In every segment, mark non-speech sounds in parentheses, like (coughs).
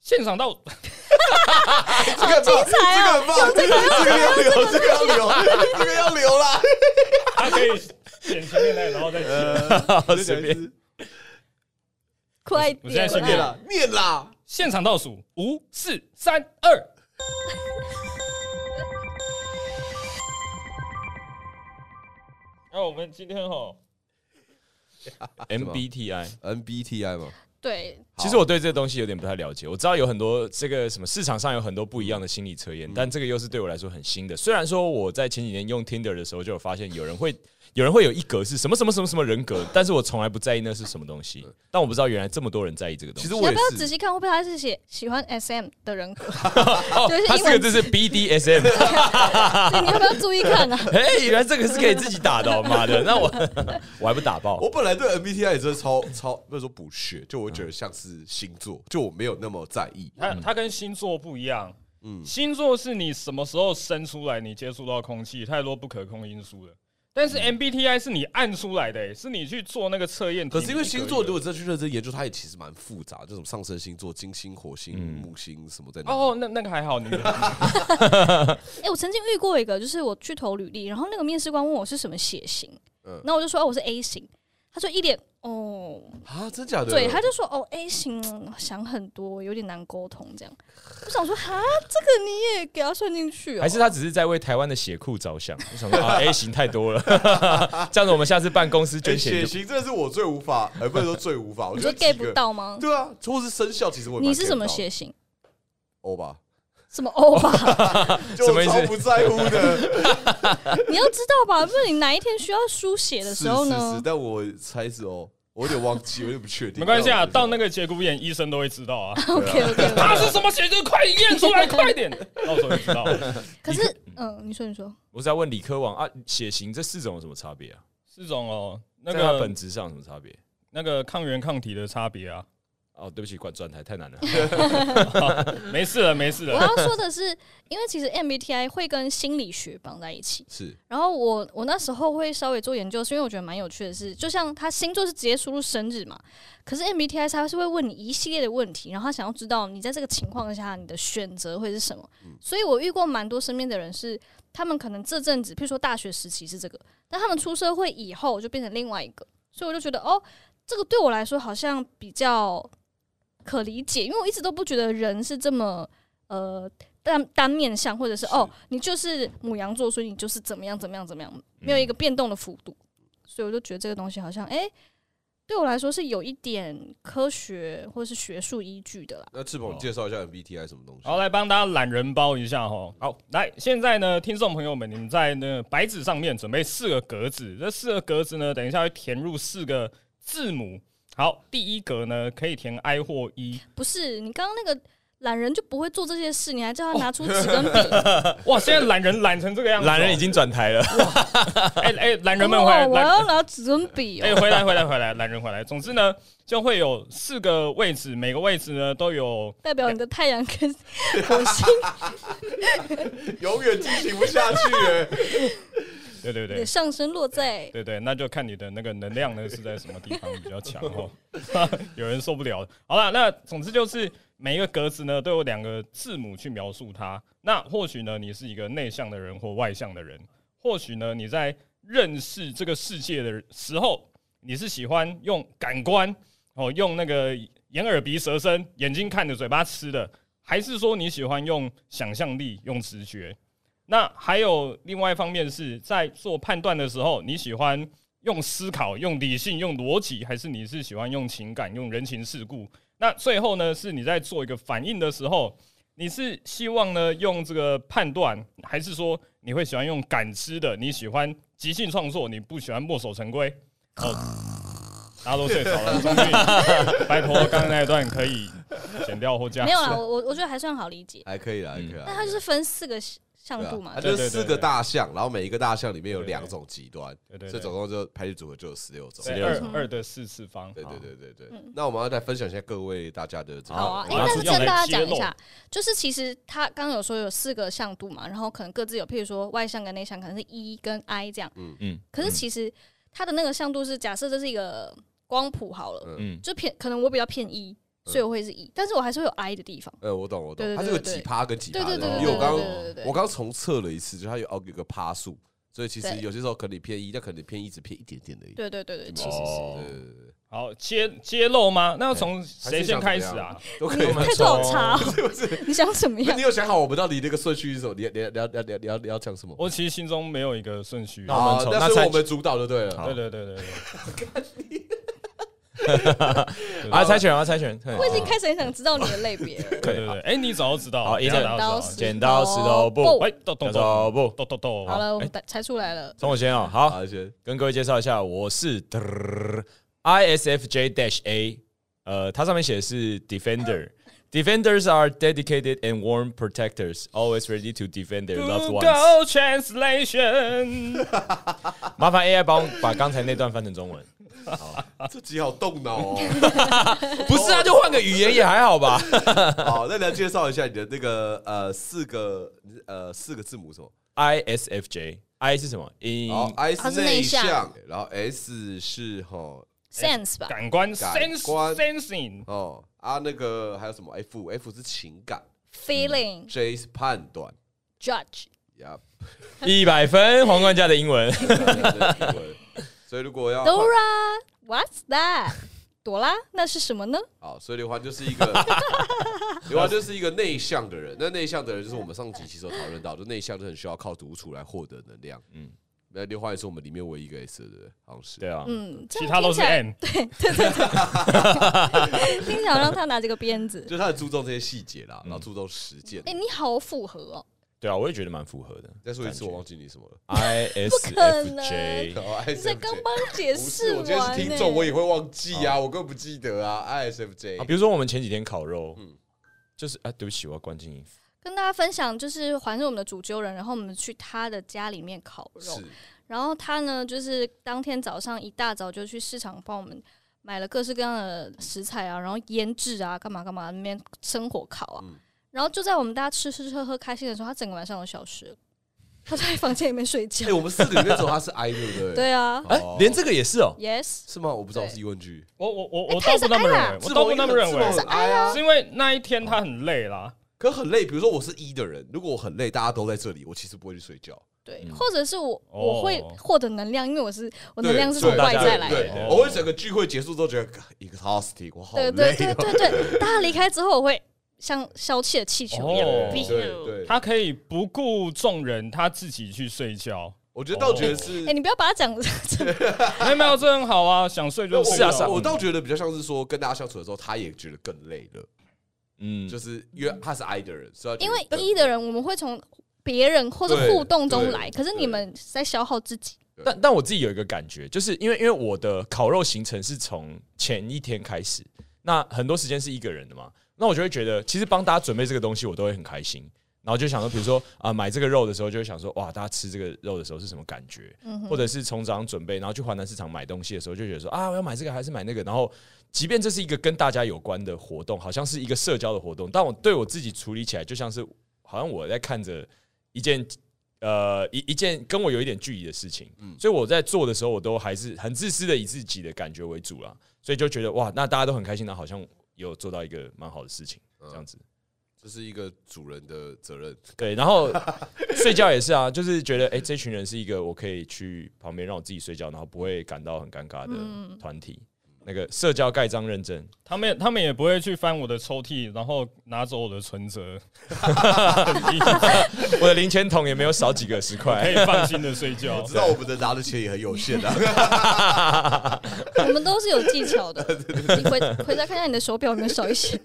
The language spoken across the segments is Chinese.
现场到哦这个精彩啊！这个很棒，这个要留，这个要留，这个要留啦。他可以剪前面那个，然后再剪。 (laughs) 呃，随便快我现在点随念便啦！啦，念啦。现场倒数五、四、三、二。那、我们今天 (laughs) 哈， MBTI。嗯 MBTI 嘛，对，其实好我对这个东西有点不太了解，我知道有很多这个什么市场上有很多不一样的心理测验，嗯但这个又是对我来说很新的。虽然说我在前几年用 Tinder 的时候就有发现有人会有人会有一格是什么什么什么什么人 (laughs) 格，但是我从来不在意那是什么东西。但我不知道原来这么多人在意这个东其西。实你要我不也要仔是。细看？会不会他是写喜欢 SM 的 (laughs) 人格？哦就是，它英四文个字是 BDSM，对你要不要注意看啊？ (laughs) 哎，原来这个是可以自己打的哦，妈的， (laughs) 那我 (laughs) 我还不打爆哦我。本来对 MBTI 也真的超超，不是说不屑，就我觉得像是星座，就我没有那么在意。它它跟星座不一样。嗯星座是你什么时候生出来，你接触到空气，太多不可控因素了。但嗯是 MBTI 是你按出来的、欸，是你去做那个测验题。可是因为星座，你一如个一果真的去认真研究，它也其实蛮复杂，这种上升星座、金星、火星、木星什么在个哪？哦，那那个还好，你的哎、我曾经遇过一个，就是我去投履历，然后那个面试官问我是什么血型，嗯然后我就说哦我是 A 型，他就一脸哦，啊，真假的？对，他就说哦 A 型嗯想很多，有点难沟通这样。我想说哈，这个你也给他算进去、哦，还是他只是在为台湾的血库着想？我想说啊，A 型太多了， (laughs) 这样子我们下次办公司哎捐血血就型真的是我最无法，呃，不能说最无法，我你觉说得 get 几个不。到吗？对啊，或是生肖，其实我也蛮你是 get 什么不到血型？欧吧？什么欧吧？ (laughs) 就什么意思超不在乎的。你要知道吧，不然你哪一天需要书写的时候是是呢 (laughs) 是，？但我猜是哦，我有点忘记，我有点不确定。 (laughs) 没关系啊，到那个节骨眼，医生都会知道 (laughs) 啊。 OK OK，他是什么血就快验出来，快点， (laughs) 到时候你知道。可是嗯，你说你说，我是在问理科王啊，血型这四种有什么差别啊？四种哦，那在它个本质上有什么差别？那个抗原抗体的差别啊，哦，对不起，转转台太难了。没事了，没事我了。要说的是，因为其实 MBTI 会跟心理学绑在一起。是然后我我那时候会稍微做研究，是因为我觉得蛮有趣的是，就像他星座是直接输入生日嘛，可是 MBTI 它是会问你一系列的问题，然后他想要知道你在这个情况下你的选择会是什么。所以我遇过蛮多身边的人是，他们可能这阵子，譬如说大学时期是这个，但他们出社会以后就变成另外一个，所以我就觉得哦，这个对我来说好像比较可理解，因为我一直都不觉得人是这么呃单单面相，或者是哦，你就是母羊座，所以你就是怎么样怎么样怎么样，没有一个变动的幅度，所以我就觉得这个东西好像哎、对我来说是有一点科学或是学术依据的啦。那志鹏，你介绍一下 MBTI 什么东西？好，来帮大家懒人包一下哈。好，来，现在呢，听众朋友们，你们在那个白纸上面准备四个格子，这四个格子呢，等一下会填入四个字母。好，第一格呢可以填 I 或 E。不是你刚刚那个懒人就不会做这些事，你还叫他拿出纸跟笔，哇，现在懒人懒成这个样子哦，懒人已经转台了，哎哎，懒人们回哇来，我懒要拿纸跟笔哎、哦。回来，回来，回来，懒人回来。总之呢，就会有四个位置，每个位置呢都有。代表你的太阳跟火星 (laughs) 永远进行不下去欸。对对你对的，上升落在对对，那就看你的那个能量呢是在什么地方比较强哦。 (laughs) 有人受不了了。好了，那总之就是每一个格子呢都有两个字母去描述它。那或许呢，你是一个内向的人或外向的人；或许呢，你在认识这个世界的时候，你是喜欢用感官哦，用那个眼耳鼻舌身，眼睛看着，嘴巴吃的，还是说你喜欢用想象力、用直觉？那还有另外一方面是在做判断的时候，你喜欢用思考、用理性、用逻辑，还是你是喜欢用情感、用人情世故？那最后呢，是你在做一个反应的时候，你是希望呢用这个判断，还是说你会喜欢用感知的？你喜欢即兴创作，你不喜欢墨守成规？哦，大家都睡着了，终于，拜托，刚刚那一段可以剪掉或加 (laughs) 没有啦，我我我觉得还算好理解。 (laughs) 还可以啦，还可以那啦。嗯它就是分四个向对度啊嘛，它对就对是四个大象，然后每一个大象里面有对对对两种极端，对对所对以总共就排列组合就有十六种。对16二种二的四次方，对对好对对对对。那我们要再分享一下各位大家的这个嗯好啊，我哎、要但知是道跟大家来揭讲一露下，就是其实他刚刚有说有四个向度嘛，然后可能各自有，譬如说外向跟内向，可能是 E 跟 I 这样。嗯，可是其实它的那个向度是假设这是一个光谱好了，嗯嗯就偏可能我比较偏 E，所以我会是 E，但是我还是会有 I 的地方。呃，我懂我对懂，对它对这个对几趴跟几趴对的，对对对因为我刚对刚对对对我对。刚重测了一次，就它有哦有个趴数，所以其实对有些时候可能你偏一，但可能你偏一只偏一点点而已。对对对对，其实是哦，好揭揭露吗？那要从还谁是先想开始怎么样啊？？都可你以吗。态度好差、哦，你想怎么那样你？有想好我们到底那个顺序是什么？你你你要你要你要你要讲什么？我其实心中没有一个顺序。那我们好从那那是猜我们主导就对了。好对对对对对，啊，猜拳啊，猜拳，我已嗯经开始很想知道你的类别了。对对对。哎，你早就知道，好你早一就人知道刀了石剪刀石头布哎，咚咚咚叫做不，咚咚咚。好了，我哎们打猜出来了。从我先哦，好，好，先跟各位介绍一下，我是 ISFJ dash A，呃，它上面写的是 Defender。Defenders are dedicated and warm protectors, always ready to defend their loved ones. Google Translation，麻烦 AI 帮我把刚才那段翻成中文。这集好动脑哦。不是啊，就换个语言也还好吧。好，那你要介绍一下你的那个呃四个呃四个字母是什么？ ISFJ，I 是什么？In 好，I 它是是内内向向，然后 S 是吼 Sense 吧，感官感 sense 官 sensing，哦啊那个还有什么 F？F 是情感 feeling ，J 是判断 judge，呀。 (laughs) 一百分，皇冠家的英文。 Yep 所以如果要换 Dora，What's that？朵 (laughs) 拉，那是什么呢？好，所以刘欢就是一 (laughs) 个刘欢就是一个内向的人。那内向的人就是我们上集其实有讨论到，就内向就很需要靠独处来获得能量。嗯，那刘欢也是我们里面唯一一个 S 的人，好像是。 (laughs) 对啊，嗯，这其样他都听是起来 N。听起来好让他拿这个鞭子。 (laughs) 就他很注重这些细节嗯啦，然后注重实践。哎，你好符合哦，对啊，我也觉得蛮符合的。 (laughs) 再说一次，感觉哎我忘记你什么了。 ISFJ，哦你才 ISFJ 刚帮解不是，释我完今天是听众，我呢。也会忘记啊，我根本不记得啊。ISFJ，哦啊比如说我们前几天烤肉，就是啊，对不起，我要关静音。跟大家分享，就是环是我们的主揪人，然后我们去他的家里面烤肉是。然后他呢，就是当天早上一大早就去市场帮我们买了各式各样的食材啊，然后腌制啊，干嘛干嘛，那边生火烤啊。嗯然后就在我们大家吃吃喝喝开心的时候，他整个晚上都消失了，他在房间里面睡觉哎，。我们四个里面只有他是 I，对不哦对？，对啊哎，连这个也是哦。 ，Yes，是吗？我不知道，对是疑问句。我我我我哎他倒也不是那么 I 认啦为，我倒不那么认自我为，很 I 啊是。因为那一天他很累啦。可很累，比如说我是一的人，如果我很累，大家都在这里，我其实不会去睡觉。对，嗯或者是我哦我会获得能量，因为我是我能对量是从对外在对来的。对，的我会整个聚会结束之后觉得 exhausting，我好累对哦。对对对对，大家离开之后，我会像消气的气球一样。哦哔对对，他可以不顾众人，他自己去睡觉。我觉得倒觉得是哎、，你不要把它讲成 (laughs) 没有没有，这很好啊，想睡就睡是觉。啊是啊我倒觉得比较像是说跟大家相处的时候，他也觉得更累了，嗯，就是因为他是 I 的人，所以他觉因得为一的人，我们会从别人或者互动中来，对可是你们在消耗自己。但但我自己有一个感觉，就是因为因为我的烤肉行程是从前一天开始，那很多时间是一个人的嘛，那我就会觉得，其实帮大家准备这个东西，我都会很开心。然后就想说，比如说啊、买这个肉的时候，就会想说，哇，大家吃这个肉的时候是什么感觉？嗯或者是从早上准备，然后去华南市场买东西的时候，就觉得说啊，我要买这个还是买那个。然后，即便这是一个跟大家有关的活动，好像是一个社交的活动，但我对我自己处理起来，就像是好像我在看着一件呃一一件跟我有一点距离的事情，所以我在做的时候，我都还是很自私的以自己的感觉为主啦，所以就觉得哇，那大家都很开心，那好像有做到一个蛮好的事情这样子。这是一个主人的责任。对，然后睡觉也是啊， (laughs) 就是觉得哎、诶这群人是一个我可以去旁边让我自己睡觉，然后不会感到很尴尬的团体。那个社交盖章认证，他们他们也不会去翻我的抽屉，然后拿走我的存折，我的零钱桶也没有少几个十可块以。放心的睡觉我。哎 (laughs) 知道我们的拿的钱也很有限啊，我们都是有技 (laughs) 巧的。你回回家看一下你的手表有没有少一些。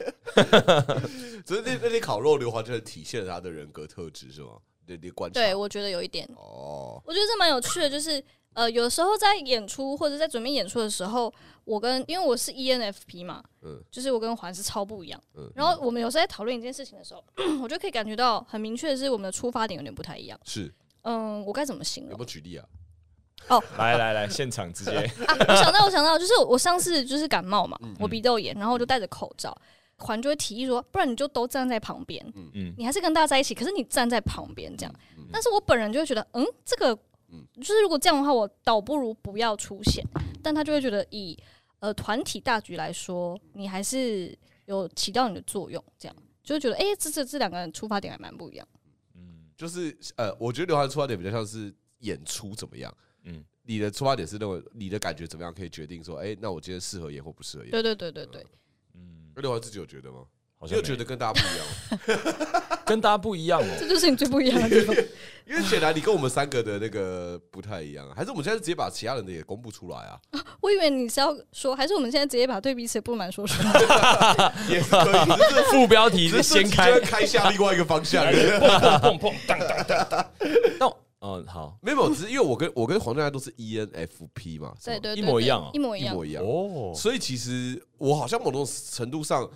只是那那天烤肉刘华就很体现了他的人格特质，是吗？你你观察对，我觉得有一点，哦，我觉得这蛮有趣的，就是。呃，有时候在演出或者在准备演出的时候，我跟因为我是 E ENFP 嘛，嗯就是我跟环是超不一样。嗯然后我们有时候在讨论一件事情的时候， (coughs) 我就可以感觉到很明确的是我们的出发点有点不太一样。是嗯，我该怎么形有容没？有举例啊？来来来，现场直接啊， (laughs) 我想到，我想到，就是我上次就是感冒嘛，我鼻窦炎，然后我就戴着口罩。环就会提议说，不然你就都站在旁边，嗯你还是跟大家在一起，可是你站在旁边这样。但是我本人就会觉得，嗯，这个，就是如果这样的话，我倒不如不要出现。但他就会觉得以，呃团体大局来说，你还是有起到你的作用，这样就会觉得哎、诶这这这两个人出发点还蛮不一样。就是呃，我觉得刘涵出发点比较像是演出怎么样，嗯嗯，你的出发点是认为你的感觉怎么样，可以决定说，哎、那我今天适合演或不适合演。对对对对对，嗯，那刘涵自己有觉得吗？好你像有没觉得跟大家不 (laughs) 一样吗？跟大家不一样哦。这就是你最不一样的地方。 (laughs) 因为显然你跟我们三个的那个不太一样啊，还是我们现在直接把其他人的也公布出来 (laughs) 啊，我以为你是要说，还是我们现在直接把对彼此的不满说出来？也是 (laughs) 可以。只是这副标题只是是这先集开就会，开下另外一个方 (laughs) 向。 (laughs) 碰碰碰当当当，那我嗯好，没有，只是因为我跟我跟黄家都是 E ENFP 嘛，是对吗对对，一模一样对哦一模一一样模。一样。哦，所以其实我好像某种程度上，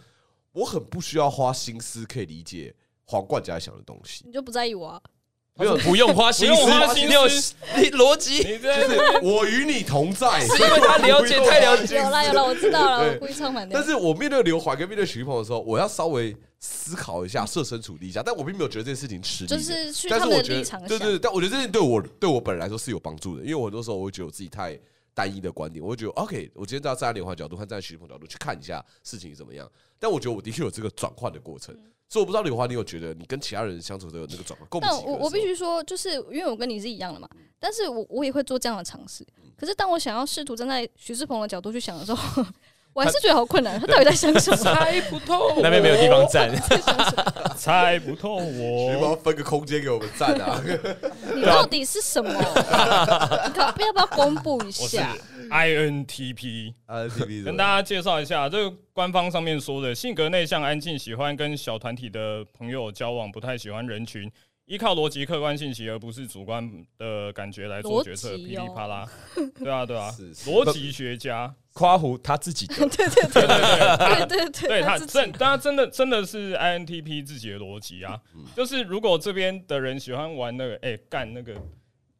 我很不需要花心思可以理解皇冠家想的东西。你就不在意 (laughs) 我、啊？没有，不用花心不思，用花心思你有你逻辑，你这就是我与你同 (laughs) 在，是因为他了解太了有啦有啦，我知道了，对我故意唱反 (laughs) 调但。是我面对刘怀跟面对徐鹏的时候，我要稍微思考一下，设身处地一下。但我并没有觉得这件事情吃力的，就是去但他是们我的觉立得场想，对对，对但我觉得这件事情对我对我本人来说是有帮助的，因为我很多时候我会觉得我自己太单一的观点，我会觉得 OK，我今天站在刘怀角度和站在徐鹏角度去看一下事情怎么样。但我觉得我的确有这个转换的过程，嗯所以我不知道刘华，你有觉得你跟其他人相处都有那个转换共但情的我我时必候须说，就是因为我跟你是一样的嘛，但是我我也会做这样的尝试。嗯可是当我想要试图站在徐志鹏的角度去想的 (laughs) 时候，我还是觉得好困难。他到底在想什么？猜不透，那边没有地方站，在想什么？猜不透徐我。鹏分个空间给我们站 (laughs) 啊！你到底是什么？ (laughs) 你可不要不要公布一我是下？ INTP，啊，TV 跟大家介绍一下，这个官方上面说的，性格内向、安静，喜欢跟小团体的朋友交往，不太喜欢人群，依靠逻辑客观信息而不是主观的感觉来做决策，逻噼辑里哦啪啦，对啊对啊是，是逻辑学家，夸胡他自己的，对对 (laughs) 对，对他自己真，他真的真的是 INTP 自己的逻辑啊，嗯 (laughs) 就是如果这边的人喜欢玩那个，哎干那个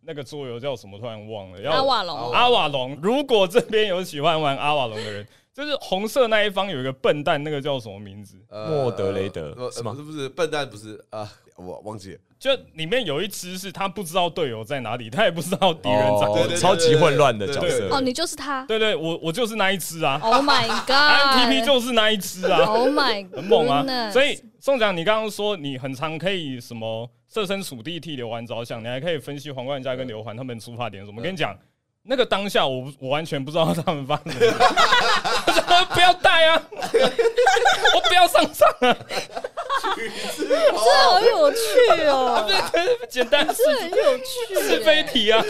那个桌游叫什么，突然忘了，阿要哦瓦阿隆瓦阿瓦隆，如果这边有喜欢玩阿瓦隆的人，就是红色那一方有一个笨蛋，那个叫什么名字？呃莫德雷德呃是吗不是不是，笨蛋不是啊，我忘记了。就里面有一只是他不知道队友在哪里，他也不知道敌人在。哦对对对超级混乱的角对对对色哦，你就是他。对对，我我就是那一只啊 (laughs) Oh my ，INTP god！就是那一只啊， Oh my， (laughs) 很猛啊！ goodness 所以宋讲，你刚刚说你很常可以什么设身处地替刘环着想，你还可以分析黄冠家跟刘环他们出发点是什么。我跟你讲，那个当下我不我完全不知道他们发生什么事， (laughs) 我想说不要带啊，我不要上场啊，这好有趣哦，简单是这很有趣耶。是非题啊，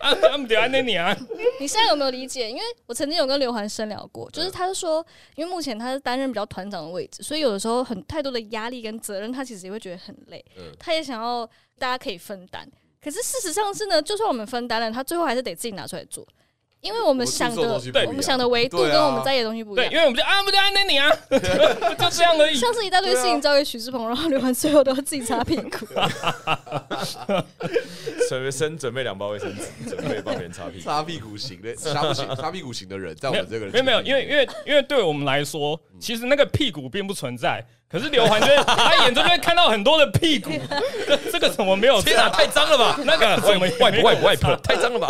啊，他们得安那你啊。你现在有没有理解？因为我曾经有跟刘涵深聊过，就是他就说，因为目前他是担任比较团长的位置，所以有的时候很太多的压力跟责任，他其实也会觉得很累。嗯他也想要大家可以分担，可是事实上是呢，就算我们分担了，他最后还是得自己拿出来做，因为我们想的，对我们想的维度对啊跟我们在意的东西不一对，样因。为我们就啊，不就按那你啊， (laughs) 就这样而已。像是一大堆事情交给徐志鹏，然后刘涵最后都要自己擦屁股。随身准备两包卫生纸，准备帮别人擦 (laughs) 屁股。擦屁股型的，擦不行，擦屁股型的人，在我没有们这个人没有没有，因为因为因为对我们来说，其实那个屁股并不存在。可是刘环就会他眼中就会看到很多的屁股，这这个怎么没有？天哪，啊太脏了 (laughs) 吧！那个怎么外婆外婆外婆，太脏了吧！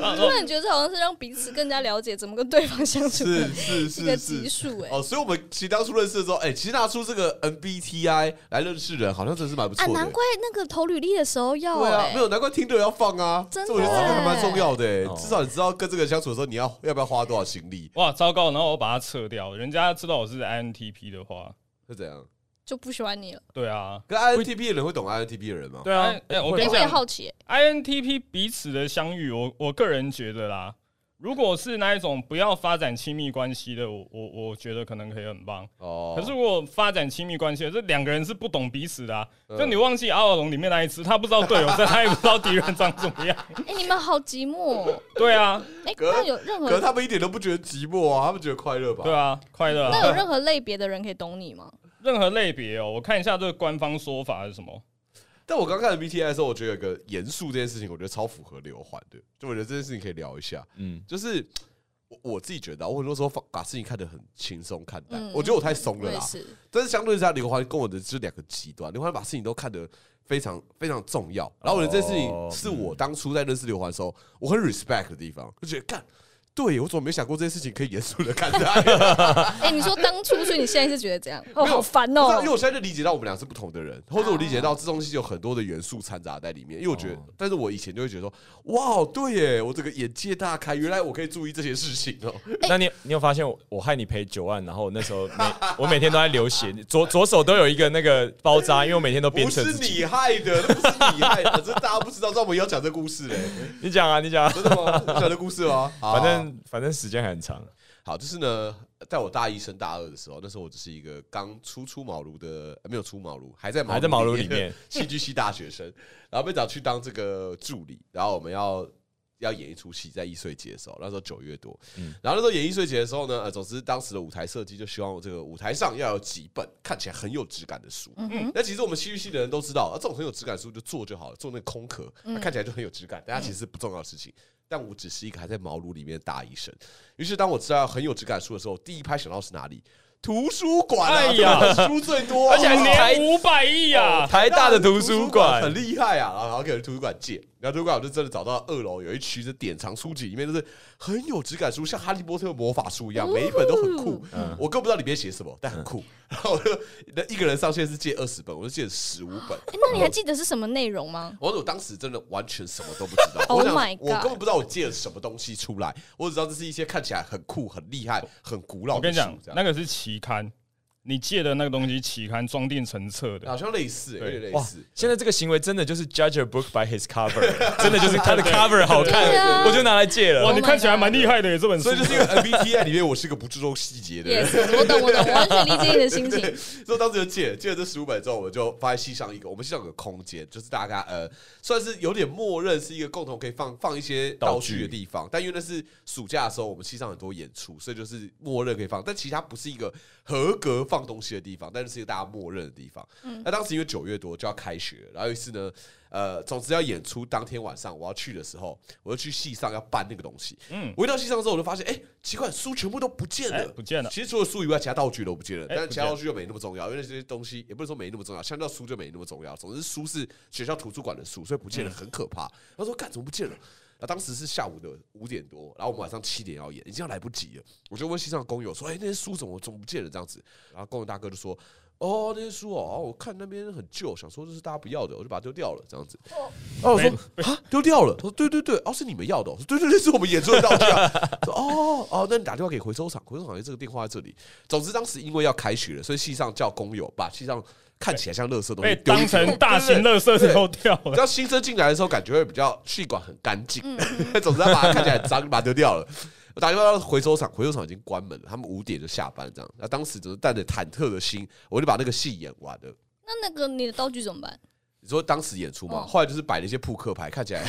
啊突然觉得这好像是让彼此更加了解怎么跟对方相处的是是一个是级是。数哎。哦，所以我们其实当初认识的时候，哎、其实拿出这个 MBTI 来认识人，好像真是蛮不啊，错的、难怪那个投履历的时候要对啊哎，没有难怪听的要放啊，真的这我觉得这个还蛮重要的、哎哦至少你知道跟这个人相处的时候，你要要不要花多少心力，哇，糟糕！然后我把它撤掉，人家知道我是 INTP 的话，是怎样？就不喜欢你了。对啊，跟 INTP 的人会懂 INTP 的人吗？对啊。哎，我哎、跟你我也讲好奇、欸， ，INTP 彼此的相遇，我我个人觉得啦，如果是那一种不要发展亲密关系的，我我我觉得可能可以很棒。哦，可是如果发展亲密关系，这两个人是不懂彼此的、啊。嗯就你忘记阿瓦隆里面那一只，他不知道队友在，他也不知道敌人长怎 (laughs) 么样。哎、你们好寂寞、哦。对啊，哎、可那有任可是何他们一点都不觉得寂寞啊，他们觉得快乐吧？对啊，快乐那有啊！任何类别的人可以懂你 (laughs) 吗？任何类别哦，我看一下这个官方说法是什么。但我刚看 MBTI 的时候，我觉得有个严肃这件事情，我觉得超符合刘环的，就我觉得这件事情可以聊一下。嗯，就是我我自己觉得啊，我很多时候放把事情看得很轻松看待，嗯我觉得我太松我了也啦。是，但是相对之下，刘欢跟我的是两个极端。刘欢把事情都看得非常非常重要，然后我觉得这件事情哦是我当初在认识刘欢的时候，我很 respect 的地方，就觉得干对我怎么没想过这件事情可以严肃的看待？哎、你说当初，所以你现在是觉得怎样？(laughs) 哦，没有好烦不是啊哦因为。我现在就理解到我们俩是不同的人，或者我理解到这东西有很多的元素掺杂在里面。因为我觉得，哦但是我以前就会觉得说，哇，对耶，我这个眼界大开，原来我可以注意这些事情哦。 (laughs) 那你你有发现我我害你赔九万，然后那时候每 (laughs) 我每天都在流血，左左手都有一个那个包扎，因为我每天都鞭不策是自 (laughs) 己。你害的，那不是你害的，这大家不知道。那我们要讲这故事嘞，你讲啊，你讲、 (laughs) 啊，真的吗？要讲这故事吗？好反正反正时间还很 (laughs) 长。好，就是呢，在我大一升大二的时候，那时候我只是一个刚初出茅庐的，呃没有出茅庐，还在茅还在茅庐庐里面的戏剧系大学生，然后被找去当这个助理，然后我们要要演一出戏，在易碎节的时候，那时候九月多，嗯然后那时候演易碎节的时候呢，呃，总之当时的舞台设计就希望这个舞台上要有几本看起来很有质感的书，嗯那其实我们戏剧系的人都知道，啊，这种很有质感的书就做就好了，做那个空壳，它看起来就很有质感，但它其实是不重要的事情。但我只是一个还在茅庐里面的大医生，于是当我知道很有质感的书的时候，第一拍想到是哪里？图书馆啊，哎呀对吧书最多啊、而且还哦是台年五百亿啊！台哎大的图书馆很厉害啊，然后给图书馆借，然后图书馆我就真的找到二楼有一区的典藏书籍，里面就是很有质感书，像《哈利波特》魔法书一样，每一本都很酷。嗯嗯我根本不知道里面写什么，但很酷。然后我就那一个人上线是借二十本，我就借了十五本。哎那你还记得是什么内容吗？我我当时真的完全什么都不知道， (laughs) Oh 我想 my god 我根本不知道我借了什么东西出来，我只知道这是一些看起来很酷、很厉害、很古老我跟的你书讲，这样那个是期刊，你借的那个东西，期刊装订成册的好。像类似、欸有对点类哇似。，现在这个行为真的就是 judge a book by his (laughs) cover，真的就是它的 cover 好对看，啊我就拿来借哇，了。你看起来蛮厉害的耶，这本书所以。就是因为 MBTI 里面我是一个不注重细节的人 Yes，我懂，我懂，我完全理解你的心情对，。所以当时就借了借了这十五本之后，我就发现系上一个，我们系上有个空间，就是大家呃，算是有点默认是一个共同可以放放一些道具的地方。但因为那是暑假的时候，我们系上很多演出，所以就是默认可以放，但其实它不是一个合格放东西的地方，但是是一个大家默认的地方。那当时因为九月多就要开学，然后于是呢。呃，总之要演出当天晚上我要去的时候，我就去戏上要搬那个东西。嗯，我一到戏上之后，我就发现，哎、奇怪，书全部都不见了，哎不见了其实除了书以外，其他道具都不见了，哎但是其他不见了道具又没那么重要，因为这些东西也不是说没那么重要，相较书就没那么重要。总之，书是学校图书馆的书，所以不嗯见了很可怕。他说：“干，怎么不见了？”那当时是下午的五点多，然后我们晚上七点要演，已经要来不及了。我就问西上工友说：“哎、那些书怎么怎么不见了？”这样子，然后工友大哥就说：“哦，那些书哦，哦我看那边很旧，想说这是大家不要的，我就把它丢掉了。”这样子，哦，我说啊，丢掉了。他说对对对，哦，是你们要的、哦。我说对对对，是我们演出的道具啊。 (laughs) 说哦哦，那你打电话给回收厂，回收厂这个电话在这里。总之当时因为要开学了，所以系上叫工友把系上看起来像垃圾的东被西丢哎当进去成大型垃圾丢掉你了嗯 (laughs) 知。道新生进来的时候，感觉会比较气管很干净， (laughs) 总之他把它看起来很脏，就把它丢掉了。我打电话到回收厂，回收厂已经关门了，他们五点就下班了这样。那当时只是带着忐忑的心，我就把那个戏演完了。那那个你的道具怎么办？ (laughs) 你说当时演出嘛，哦后来就是摆了一些扑克牌，看起来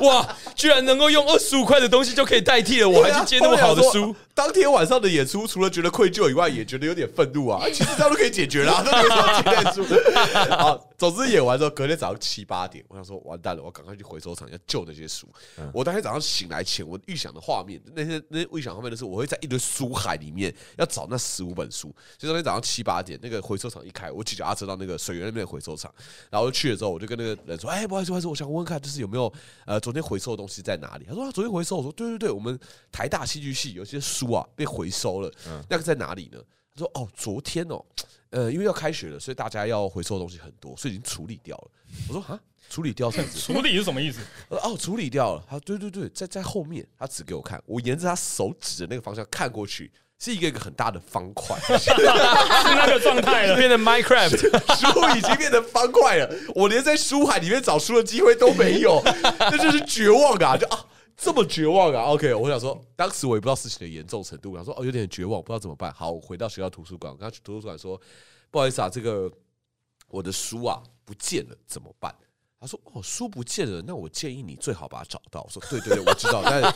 哇，居然能够用二十五块的东西就可以代替了，啊我还去借那么好的对啊书。。当天晚上的演出，除了觉得愧疚以外，也觉得有点愤怒 (laughs) 啊。哎其实这样都可以解决啦，都没有要借那书。 (laughs) 好，总之演完之后，隔天早上七八点，我想说完蛋了，我赶快去回收厂要救那些书。嗯我当天早上醒来前，我预想的画面，那些那些预想画面的是，我会在一堆书海里面要找那十五本书。所以当天早上七八点，那个回收厂一开，我骑脚踏车到那个水源那边的回收厂，然后去了之后，我就跟那个人说：“哎、不好意思，不好意思，我想问问看，就是有没有呃昨天回收的东西在哪里？”他说：“啊，昨天回收。”我说：“对对对，我们台大戏剧系有些书啊被回收了，那个在哪里呢？”他说：“哦，昨天哦，呃，因为要开学了，所以大家要回收的东西很多，所以已经处理掉了。”我说：“啊，处理掉什么意思？”处理是什么意思？我说哦，处理掉了。他说对对对，在在后面，他指给我看，我沿着他手指的那个方向看过去，是一个一个很大的方块， (laughs) 是那个状态了。变 (laughs) 成 Minecraft， (laughs) 书已经变成方块了，我连在书海里面找书的机会都没有， (laughs) 这就是绝望啊！就啊。这么绝望啊！OK，我想说，当时我也不知道事情的严重程度，我想说哦，有点绝望，不知道怎么办。好，我回到学校图书馆，我跟他去图书馆说，不好意思啊，这个我的书啊不见了，怎么办？他说：“哦，书不见了，那我建议你最好把它找到。”我说：“对对对，我知道，但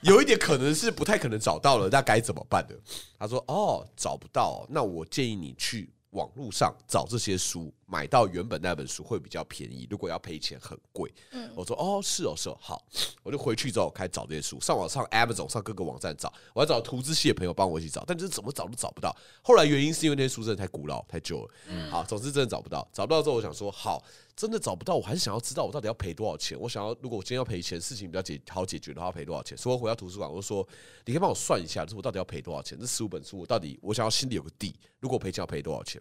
有一点可能是不太可能找到了，那该怎么办呢？”他说：“哦，找不到，那我建议你去网络上找这些书，买到原本那本书会比较便宜，如果要赔钱很贵。我说哦是哦是哦好，我就回去之后开始找这些书，上网上 Amazon 上各个网站找，我还找图资系的朋友帮我一起找，但就是怎么找都找不到。后来原因是因为那些书真的太古老太旧了，好，总之真的找不到，找不到之后我想说好。真的找不到，我还是想要知道我到底要赔多少钱。我想要，如果我今天要赔钱，事情比较解好解决的话，要赔多少钱？所以我回到图书馆，我就说：“你可以帮我算一下，就是我到底要赔多少钱？这十五本书，我到底我想要心里有个底，如果我赔钱要赔多少钱？”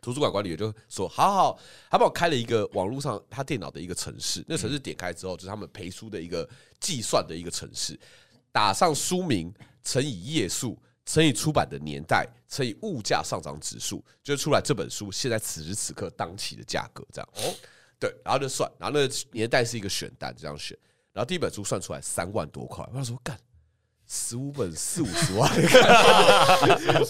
图书馆管理员就说：“好好，他帮我开了一个网络上他电脑的一个程式，那程式点开之后，就是他们赔书的一个计算的一个程式，打上书名乘以页数。”乘以出版的年代，乘以物价上涨指数，就出来这本书现在此时此刻当期的价格这样。哦，对，然后就算，然后那个年代是一个选单，这样选，然后第一本书算出来三万多块，我想说干。十五本四五十万，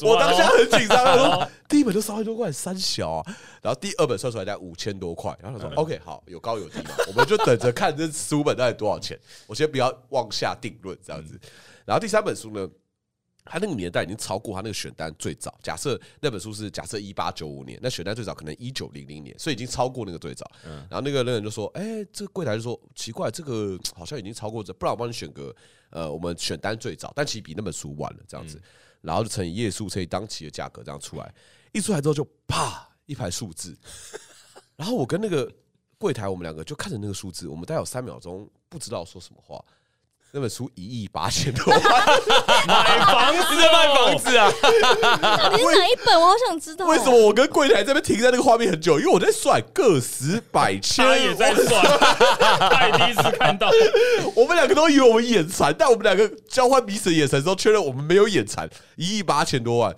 我当下很紧张，他说第一本就三万多块，三小啊，然后第二本算出来在五千多块，然后他说 OK 好，有高有低嘛， (laughs) 我们就等着看这十五本到底多少钱，我先不要妄下定论这样子。然后第三本书呢，他那个年代已经超过他那个选单最早。假设那本书是假设一八九五年，那选单最早可能一九零零年，所以已经超过那个最早。然后那个人就说：“哎、这个柜台就说奇怪，这个好像已经超过这，不然我帮你选个呃，我们选单最早，但其实比那本书晚了这样子。嗯然后就乘以页数，乘以当期的价格，这样出来。一出来之后就啪一排 (laughs) 数字，然后我跟那个柜台，我们两个就看着那个数字，我们大概有三秒钟不知道说什么话。那本书一亿八千多万。 (laughs) 买 (laughs) 房子在卖房子 (laughs) 啊！到底是哪一本？我好想知道。哦为什么？我跟柜台这边停在那个画面很久？因为我在算个十 (laughs) 百千，他也在 (laughs) 算，他也第一次看到，我们两个都以为我们眼馋，但我们两个交换彼此眼神之后，确认我们没有眼馋，一亿八千多万。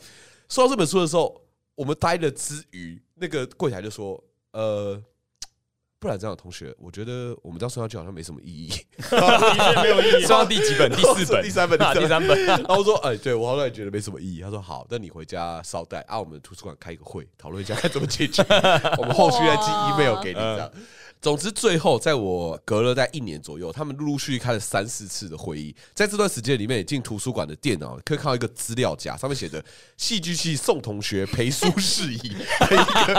收到这本书的时候，我们呆了之余，那个柜台就说：“呃，不然这样，同学，我觉得我们这样算下去好像没什么意 (laughs) 义。”的确没有意义。算到第几本？第四 (laughs) 本？哦第三本啊第第三三 (laughs) 本。然后我说：“哎、对我好像也觉得没什么意义。”他说：“好，那你回家捎带啊，我们图书馆开一个会，讨论一下该怎么解决。我们后续再寄哇 email 给你这样。”总之，最后在我隔了在一年左右，他们陆陆续续开了三四次的会议。在这段时间里面，也进图书馆的电脑可以看到一个资料夹，上面写着“戏剧系宋同学陪书事宜”， (laughs) 一个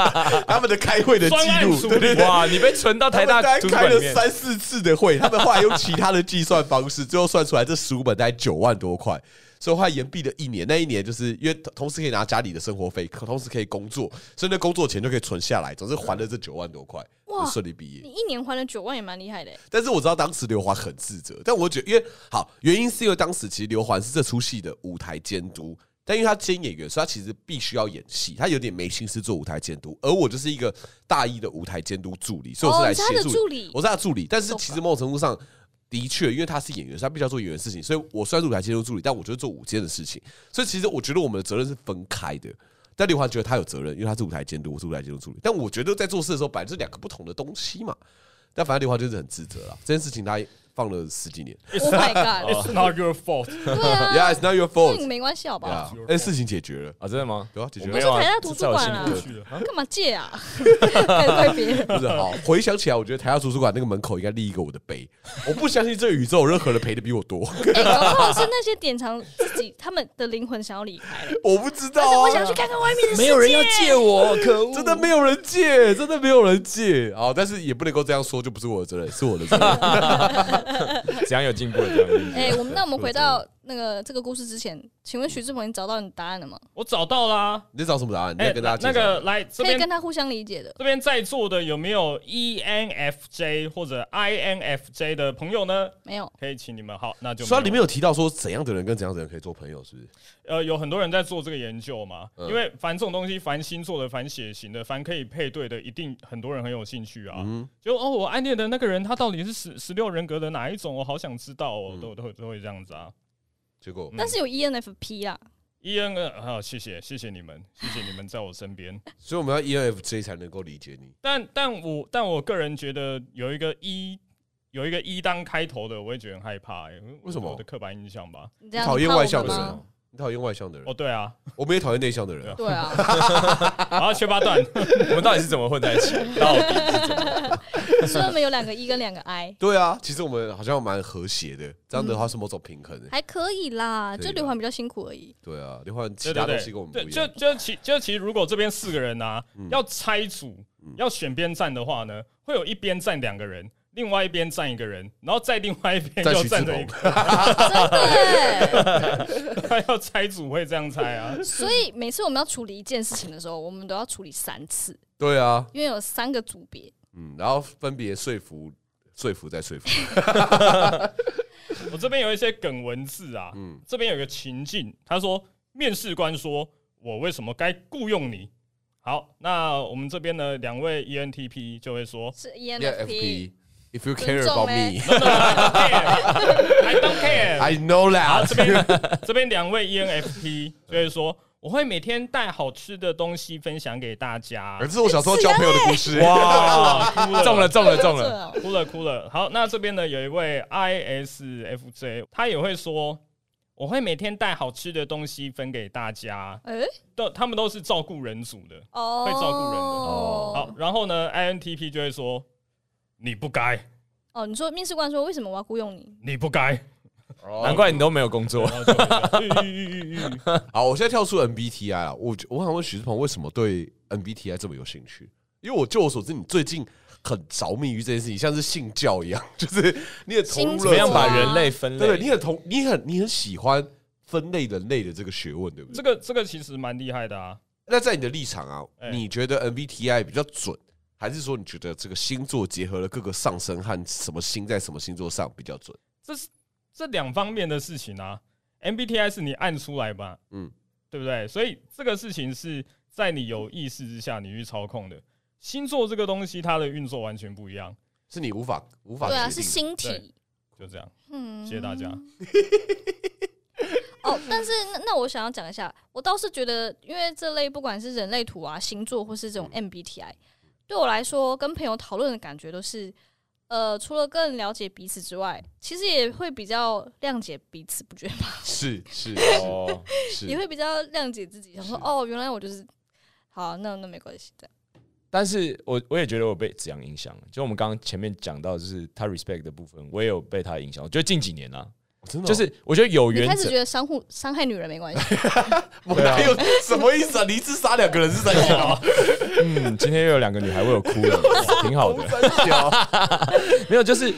他们的开会的记专案录。处对理对对，哇，你被存到台他们大大概图书开馆里了面，三四次的会，他们后来用其他的计算方式，最后算出来这十五本大概九万多块，所以后来延毕了一年。那一年就是因为同时可以拿家里的生活费，可同时可以工作，所以那工作钱就可以存下来，总之还了这九万多块，哇就顺利毕业你。一年还了九万也蛮厉害的欸。但是我知道当时刘环很自责，但我觉得因为好原因是因为当时其实刘环是这出戏的舞台监督，但因为他兼演员，所以他其实必须要演戏，他有点没心思做舞台监督，而我就是一个大一的舞台监督助理，所以我是哦来你是他协的助助理我是他的助理。但是其懂实某种程度上。的确，因为他是演员，所以他必须要做演员的事情。所以我虽然是舞台监督助理，但我就是做舞间的事情。所以其实我觉得我们的责任是分开的。但刘环觉得他有责任，因为他是舞台监督，我是舞台监督助理。但我觉得在做事的时候，本来就是两个不同的东西嘛。但反正刘华就是很自责嗯啦，这件事情他放了十几年。 Oh my (laughs) god！哦 It's not your fault。对 (laughs) 啊， Yeah, it's not your 那你 (laughs) fault. 没关系好不好？ Yeah，哎，事情解决了，啊，真的吗？对啊，解决我没了。有啊台大图书馆啊这在我心里干嘛借啊？还怪别 (laughs) 人？不是好，回想起来，我觉得台大图书馆那个门口应该立一个我的碑。我不相信这宇宙有任何人赔的比 (laughs) 我多，哎，搞不好是那些典藏自己他们的灵魂想要离开了。我不知但道是啊我。想去看看外面的世界。 (laughs) 没有人要借我，可恶！真的没有人借，真的没有人借好，哦但是也不能够这样说，就不是我的责任，是我的责 (laughs) 任。怎样有进步了？这样哎，我们那我们回到那个这个故事之前，请问徐志鹏，你找到你答案了吗？我找到啦，你在找什么答案？你哎要，跟大家那介绍个来这可以边跟他互相理解的。这边在座的有没有 E ENFJ 或者 INFJ 的朋友呢？没有，可以请你们好，那就虽然没里有面有提到说怎样的人跟怎样的人可以做朋友，是不是？呃有很多人在做这个研究嘛，嗯因为凡这种东西，凡星座的、凡血型的、凡可以配对的，一定很多人很有兴趣啊。嗯，就哦，我暗恋的那个人，他到底是十十六人格的哪一种？我好想知道嗯哦，都都都会这样子啊。结果嗯但是有 ENFP 啦。 E N 啊，谢谢谢谢你们，谢谢你们在我身边。所以我们要 E ENFJ 才能够理解你。但但我但我个人觉得有一个一、有一个一、当开头的，我会觉得很害怕、欸。为什么我的刻板印象吧。你这样讨厌怕我外向们的吗人？，你讨厌外向的人哦，，对啊，我们也讨厌内向的人啊。对啊， (laughs) 然后缺八段， (laughs) 我们到底是怎么混在一起？到底是怎么？所以我们有两个 E 跟两个 I，对啊，其实我们好像蛮和谐的，这样的话是某种平衡的。嗯还可以啦，可以就啦刘环比较辛苦而已。对啊，刘焕 (laughs) 其对他对东对西跟我们对，不一就样。嗯就其就其实如果这边四个人啊，要拆组要选边站的话呢，会有一边站两个人，另外一边站一个人，然后再另外一边再又徐站志着一鹏个，，真的耶， (laughs) 他要拆组会这样拆啊。 (laughs) 所以每次我们要处理一件事情的时候，我们都要处理三次，对啊，因为有三个组别。嗯，然后分别说服、说服再 (laughs) 说服。我这边有一些梗文字啊，这边有个情境，他说面试官说我为什么该雇佣你？好，那我们这边呢，两位 E ENTP 就会 (laughs) 说是 E Yeah, ENFP， FP, if you care about me, 欸 I don't care。 I know 好， that. 啊这 (laughs) 边 (laughs) 这边两位 E ENFP 就会说，我会每天带好吃的东西分享给大 (laughs) 家而。是我小时候交朋友的故事。欸哇，哦哭了，中了中 (laughs) 了中了！了，哭了，哭了。好，那这边呢有一位 ISFJ，他也会说，我会每天带好吃的东西分给大家。哎，都他们都是照顾人组的。哦，会照顾人的好哦，，然后呢，INTP 就会说，你不该，哦，你说面试官说为什么我要雇佣你？你不 (laughs) 该。哦难怪你都没有工作。然后就会说吁吁吁吁吁好，我现在跳出 MBTI 啊，我我想问许志鹏为什么对 MBTI 这么有兴趣？因为我就我所知，你最近很着迷于这件事情，像是信教一样， (laughs) 就是你也投入了星怎么样把星座啊人类分对，你类？很同，你很你很喜欢分类人类的这个学问，对不对？这个这个其实蛮厉害的啊。那在你的立场啊，哎你觉得 MBTI 比较准，还是说你觉得这个星座结合了各个上升和什么星在什么星座上比较准？这是这两方面的事情啊。MBTI 是你按出来吧，嗯嗯，对不对？所以这个事情是在你有意识之下你去操控的。星座这个东西，它的运作完全不一样，是你无法无法对啊，决是定的星体对。就这样。嗯谢谢大家。哦，但是那那我想要讲一下，我倒是觉得，因为这类不管是人类图啊、星座或是这种嗯 MBTI，对我来说，跟朋友讨论的感觉都是，呃，除了更了解彼此之外，其实也会比较谅解彼此，不觉得吗？是 (laughs) 是哦，是也会比较谅解自己，想说是哦，原来我就是好，那那没关系的。但是我我也觉得我被子阳影响了。就我们刚刚前面讲到，就是他 respect 的部分，我也有被他影响。我觉得近几年啊，真的哦就是我觉得有你原开始则觉得伤护伤害女人没关系，我哪有什么意思啊？你一次杀两个人是三 (laughs) 小，嗯，今天又有两个女孩为我哭了，挺好的。三小，没有，就是，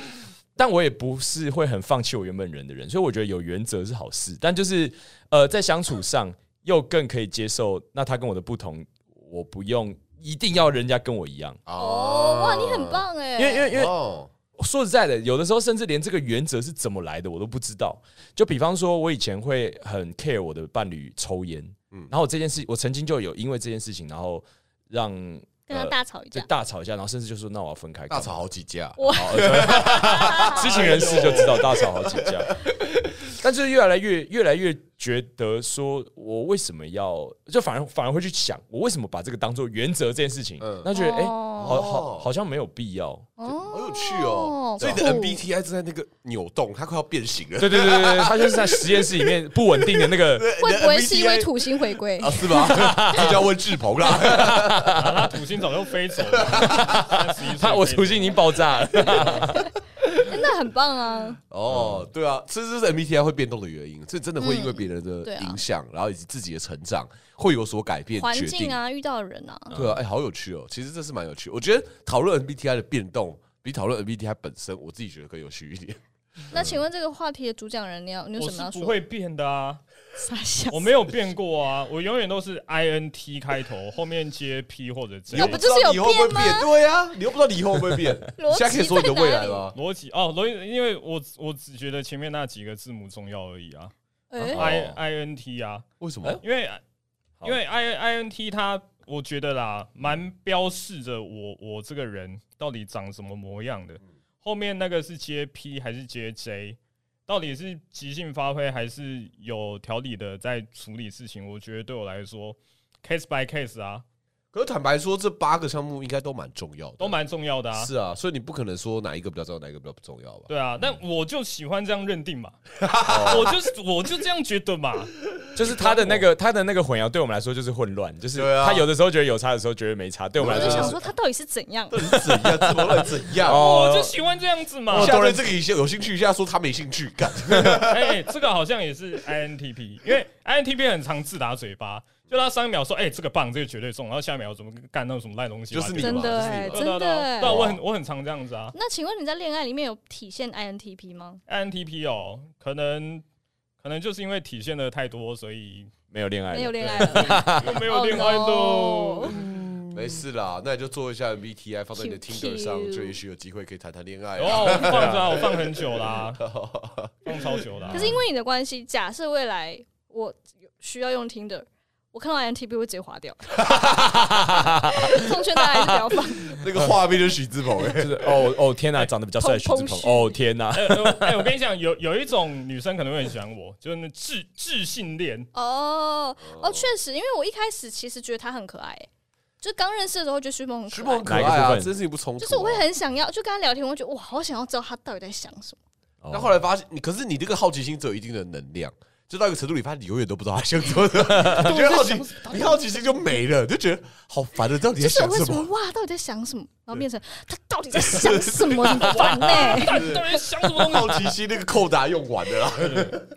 但我也不是会很放弃我原本人的人，所以我觉得有原则是好事。但就是，呃，在相处上又更可以接受，那他跟我的不同，我不用一定要人家跟我一样，哦，哇，你很，棒哎，因为因呃为因为哦，说实在的，有的时候甚至连这个原则是怎么来的我都不知道。就比方说，我以前会很 care 我的伴侣抽烟，嗯然后这件事，我曾经就有因为这件事情，然后让跟他呃大吵一就架，大吵一架，然后甚至就说那我要分开。大吵好几架， (laughs) 知情人士就知道大吵好几架， (laughs) 但是越来越越来越觉得说，我为什么要就反而反而会去想，我为什么把这个当做原则这件事情？嗯那觉得哎、哦好好好像没有必要。哦好有趣哦。所以你的酷 MBTI 正在那个扭动，它快要变形了。对对对对对，他就是在实验室里面不稳定的那 (laughs) 个。对会不会你的 MBTI 是因为土星回归？ (laughs) 啊？是吗？ (laughs) 这就要问志鹏啦。 (laughs) 啊，他土星早就飞走 (laughs) 了，31岁他我土星已经爆炸了，欸那很棒啊！哦，对啊，这这是 MBTI 会变动的原因，这真的会因为别人对的啊影响，然后以及自己的成长会有所改变，环决定境。啊，遇到的人啊，对啊，哎，好有趣哦！其实这是蛮有趣，我觉得讨论 MBTI 的变动比讨论 MBTI 本身，我自己觉得更有趣一点。那请问这个话题的主讲人，你要你有我什么是要不说？会变的啊，傻笑 (laughs) 我没有变过啊，我永远都是 INT 开头，后面接 P 或者 J 有。不就是有你以后会变不吗会变？对啊，你又不知道你以后会不会变。 (laughs) 逻你辑现在可以说你的未来吗？逻辑哦，逻辑，因为我我只觉得前面那几个字母重要而已啊哎哦，I INT 啊，为什么？因为好因为 I I N T 它，我觉得啦，蛮标示着我我这个人到底长什么模样的。后面那个是接 P 还是接 J，到底是即兴发挥还是有条理的在处理事情？我觉得对我来说，case by case 啊，可是坦白说，这八个项目应该都蛮重要的，都蛮重要的啊。是啊，所以你不可能说哪一个比较重要，哪一个比较不重要 (laughs) 吧？对啊，但嗯我就喜欢这样认定嘛，哦 (laughs) 我就是我就这样觉得嘛。 (laughs) 就是他的那个他的那个混淆，对我们来说就是混乱，就是对啊他有的时候觉得有差，有时候觉得没差，对我们我来就说想就说是他到底是怎样？怎样？怎么了？怎样？ (laughs) 我就哦，喜欢这样子嘛。下对这个有兴有兴趣，一下说他没兴 (laughs) 趣，干哎、哎这个好像也是 INTP，因为 INTP 很常自打嘴巴，就他上一秒说哎、这个棒，这个绝对中，然后下一秒怎么干到什么烂东西，就是你真嘛的就是你哎、嘛对真啊。对啊的对啊哎、对啊，我很我很常这样子啊那请问你在恋爱里面有体现 INTP 吗？ ，INTP 哦，可能可能就是因为体现的太多，所以没有恋爱了，没有恋爱了，又没有恋爱喽 Oh。没事啦，那你就做一下 MBTI，放到你的 Cute Tinder 上， cute 就也许有机会可以谈谈恋爱有啊。啊，我放着啊，我放很久啦，放超久啦。可是因为你的关系，假设未来我需要用 Tinder，我看到 INTP 会直接划掉。奉劝大家还是不要放。那个画面就是许志鹏，哎 (laughs) (laughs) 就是哦哦天哪，长得比较帅的徐砰志砰鹏虚，哦天哪，哎、我哎我跟你讲，有有一种女生可能会很喜欢我，就是那智智性恋， (laughs) 哦哦，确实，因为我一开始其实觉得他很可爱、欸，就刚认识的时候觉得徐梦很许可志鹏爱很，可哪一个爱部啊，分真是不冲突啊。就是我会很想要，就跟他聊天，我觉得哇，好想要知道他到底在想什么。但后来发现，你可是你这个好奇心只有一定的能量，就到一个程度，你发现你永远都不知道他想什么，你觉得好奇，你好奇心就没了，就觉得好烦啊的，到底在就是想我会什说么？哇，到底在想什么，然后变成他到底在想什么，很烦欸呢、 (laughs) 到底在想什么东西？好奇心那个扣打用完了啦，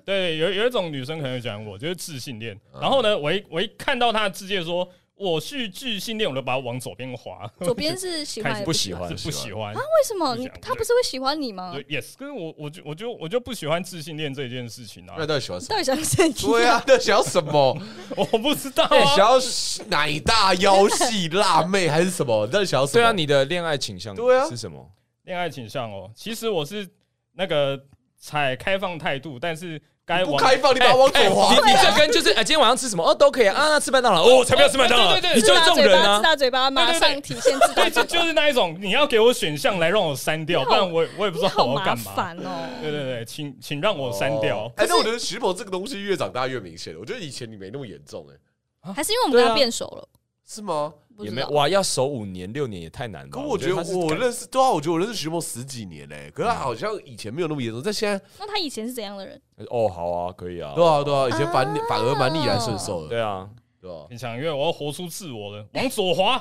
对，有有一种女生可能会喜欢我，就是自信恋。嗯然后呢，我一我一看到她的字界说我是自信恋，我就把它往左边滑，左边是喜欢看也不不喜喜欢，欢是不喜欢。为什么？不你想他不是会喜欢你吗就？yes，跟我我就我就我就不喜欢自信恋这件事情啊那，到底喜欢什到么？底想怎样？对啊，那想要什么？ (laughs) 我不知道那想啊。要奶大腰细辣妹还是什么？你到底想要什么？对啊，你的恋爱倾向对啊是什么？恋爱倾向哦，其实我是那个采开放态度，但是该不往开放，你把它往左滑你。 (laughs) 你这跟就是哎，今天晚上吃什么？哦，都可以啊，啊那吃麦当劳哦，才不要吃麦当劳，对对对你就自是这打种嘴人巴，啊自。打嘴巴，马上体现自打 (laughs) 对，嘴就巴，就是那一种，你要给我选项来让我删掉，你不好然我我也不知你道好我要麻干嘛。烦哦。对对对，请请让我删掉哦。哎，但我觉得石鹏这个东西越长大越明显了。我觉得以前你没那么严重，哎，还是因为我们跟对他啊变熟了，是吗？不也知没有道。哇，要守五年六年也太难了吧。可我觉得他是我感认识，对啊，我觉得我认识徐梦十几年嘞，可是他好像以前没有那么严重，但现在那他以前是怎样的 (laughs) 人？哦，好啊，可以啊，对啊对啊，以前反反而蛮逆来顺受的，对啊，对吧？你想，因为我要活出自我了，往左滑，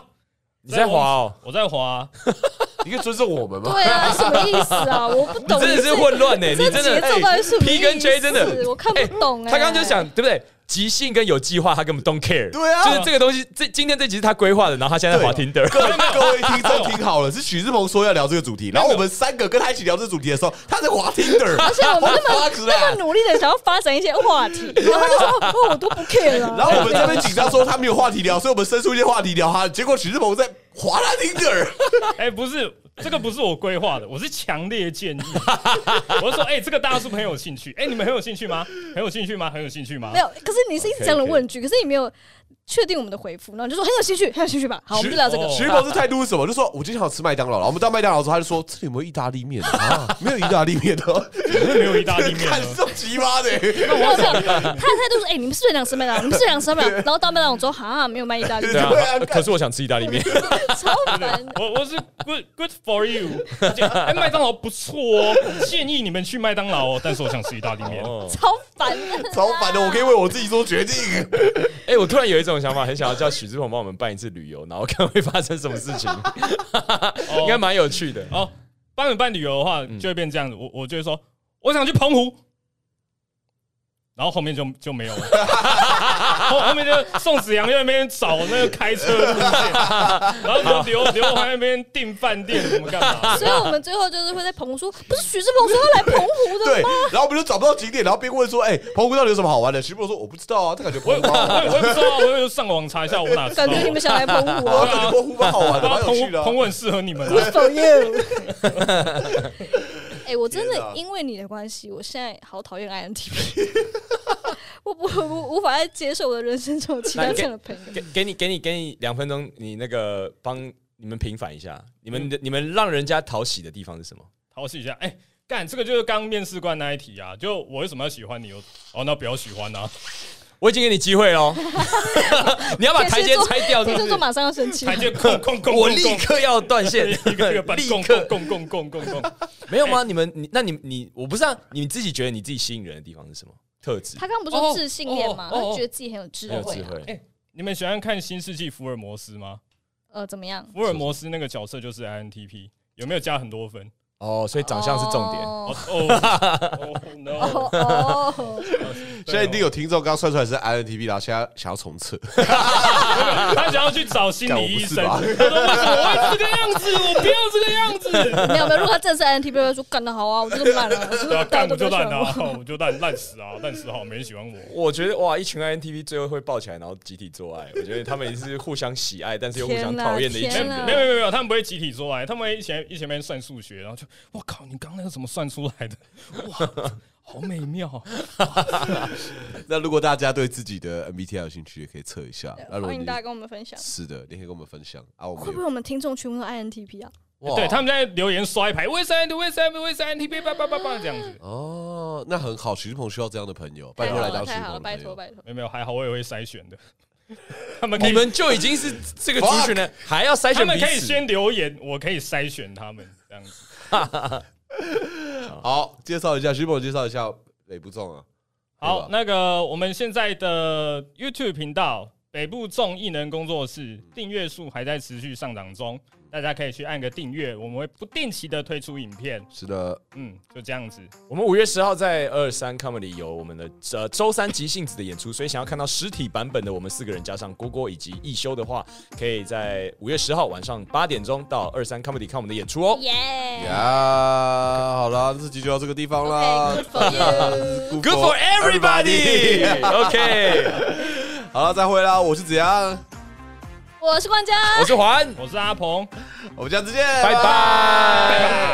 你在滑哦，我在滑，你可以尊重我们吗？对啊，什么意思 (laughs) 啊？我不你懂。真的你是混乱呢，你这真的哎节奏到底是什么 P 跟 J 意思真的我看不懂哎。他刚刚就想，对不对？即兴跟有计划，他根本 don't (laughs) care。对啊就是这个东西，这今天这集是他规划的，然后他现在在滑 Tinder。各位各位听众听好了，是许志鹏说要聊这个主题，然后我们三个跟他一起聊这个主题的时候，他在滑 Tinder，而且我们 (laughs) 啊那么努力的想要发展一些话题，然后他就说：“哦，我都不 care 了。”然后我们这边紧张说他没有话题聊，所以我们生出一些话题聊哈，结果许志鹏在滑他 Tinder，哎、不是，这个不是我规划的，我是强烈建议。我是说，哎、这个大家是不是很有兴趣？哎、你们很有兴趣吗？很有兴趣吗？很有兴趣吗没？有，可是你是一直讲了问句，可是你没有确定我们的回复，然后你就说很有兴趣，很有兴 (laughs) 趣吧。好，我们就聊这个哦。许志鹏的态度是什么？就说我今天想吃麦当劳了，我们到麦当劳的时候，他就说这里有没有意大利面啊？ (laughs) 没有意大利面的，真的没有意大利面 (laughs) 看了。这么奇葩的、没有没哦有，他的态度是：“哎，你们是最想吃麦当劳，你们是最想吃麦当劳。”然后到麦当劳之后，哈，没有卖意大利 (laughs) 对面，啊，可是我想吃意大利面。超烦。我我是 good good for you，而且哎，麦当劳不错哦，建议你们去麦当劳哦。但是我想吃意大利面，哦，超烦的， (laughs) 超烦的，我可以为我自己做 (laughs) 决定。 (laughs) 哎，我突然有一种想法，很想要叫许志鹏帮我们办一次旅游，然后看会发生什么事情，哦 (laughs) 应该蛮有趣的。哦，帮你办旅游的话，嗯就会变这样子。我我就会说，我想去澎湖，然后后面就就没有了。 (laughs) 后后面就宋子阳在那边找那个开车路 (laughs) 线，然后就刘刘环那边订饭店什么干嘛？ (laughs) 所以我们最后就是会在澎湖说，不是许志鹏说要来澎湖 (laughs) 的对吗？，然后我们就找不到景点，然后边问说：“哎、澎湖到底有什么好玩的？”徐博说：“我不知道啊，他感觉我澎也湖好我玩。也我也不知道啊，我就上网查一下，我哪知道 (laughs) 感觉你们啊？想来澎湖我 (laughs) 哦。感觉澎湖蛮好玩的，蛮有澎湖趣的、啊澎。湖很适合你们啊！ For you。哎，我真天哪的因为你的关系，我现在好讨厌 INTP，我不无无法再接受我的人生中有其他这样的朋友。 (laughs) 给给你给你给你两分钟，你那个帮你们平反一下，你们的你们让人家讨喜的地方是什么？讨喜一下，哎、 (laughs) 干这个就是刚面试官那一题啊，就我为什么要喜欢你？我哦，那不要喜欢啊。我已经给你机会喽，你要把台阶拆掉，是天蝎不是座？马上要生气了台，阶空空空，我立刻要断线，一个一 (laughs) 个板立供刻供供供供供供，没有吗？你们，你那你你，我不是啊，你自己觉得你自己吸引人的地方是什么特质？他刚刚不是说自信恋吗？哦哦哦哦他觉得自己很有智很有慧智啊。慧，你们喜欢看《新世纪福尔摩斯》吗？呃，怎么样？福尔摩斯那个角色就是 INTP，有没有加很多分？哦，所以长相是重点。哦哦哦 no！哦哦， (laughs) 现在一定有听众刚刚算出来是 INTP，然后现在想要重测，他想要去找心理医生，干他我说不为什么会这个样子？我不要这个样 (laughs) 子。没有没有，如果他正式 NTP 会说干得好啊，我就是烂了，对啊，干我我就就是大烂家都不喜欢我啊， (laughs) 我就烂烂死啊，烂死好，没人喜欢我。我觉得哇，一群 INTP 最后会抱起来，然后集体做爱。我觉得他们也是互相喜爱，但是又互相讨厌的一群天哪天哪人。没有没有没有，他们不会集体做爱，他们会一起来一起面算数学，然后就我靠，你刚刚那个怎么算出来的？哇，好美妙！那如果大家对自己的 MBTI 有兴趣，也可以测一下。那如果欢你迎大家跟我们分享。是的，你可以跟我们分享啊，我们会也不会我们听众全部都 INTP 啊？哇对，他们在留言刷一排，为什么？为什么？为什么 NTP 叭叭叭叭这样子？哦，那很好，徐志鹏需要这样的朋友，拜太托好来了，当徐太志好鹏了，的拜朋托友。拜托。没有没有，还好我也会筛选的。他们可以你们就已经是这个族群了，还要他筛选们彼可以此。先留言，我可以筛选他们这样子。好，介绍一下徐志鹏，介绍一下哪不中啊？对好吧，那个我们现在的 YouTube 频道北部众艺能工作室订阅数还在持续上涨中，大家可以去按个订阅，我们会不定期的推出影片。是的，嗯，就这样子。我们五月十号在二三 comedy 有我们的呃周三即兴子的演出，所以想要看到实体版本的我们四个人加上郭郭以及一休的话，可以在五月十号晚上八点钟到二三 comedy 看我们的演出哦。呀，耶好啦，这集就到这个地方啦。 ，OK，good (laughs) for you。 Yes, Good (laughs) for everybody. OK，好了，再会啦，我是子阳，我是冠佳，我是环，我是阿鹏，我们下次见，拜拜。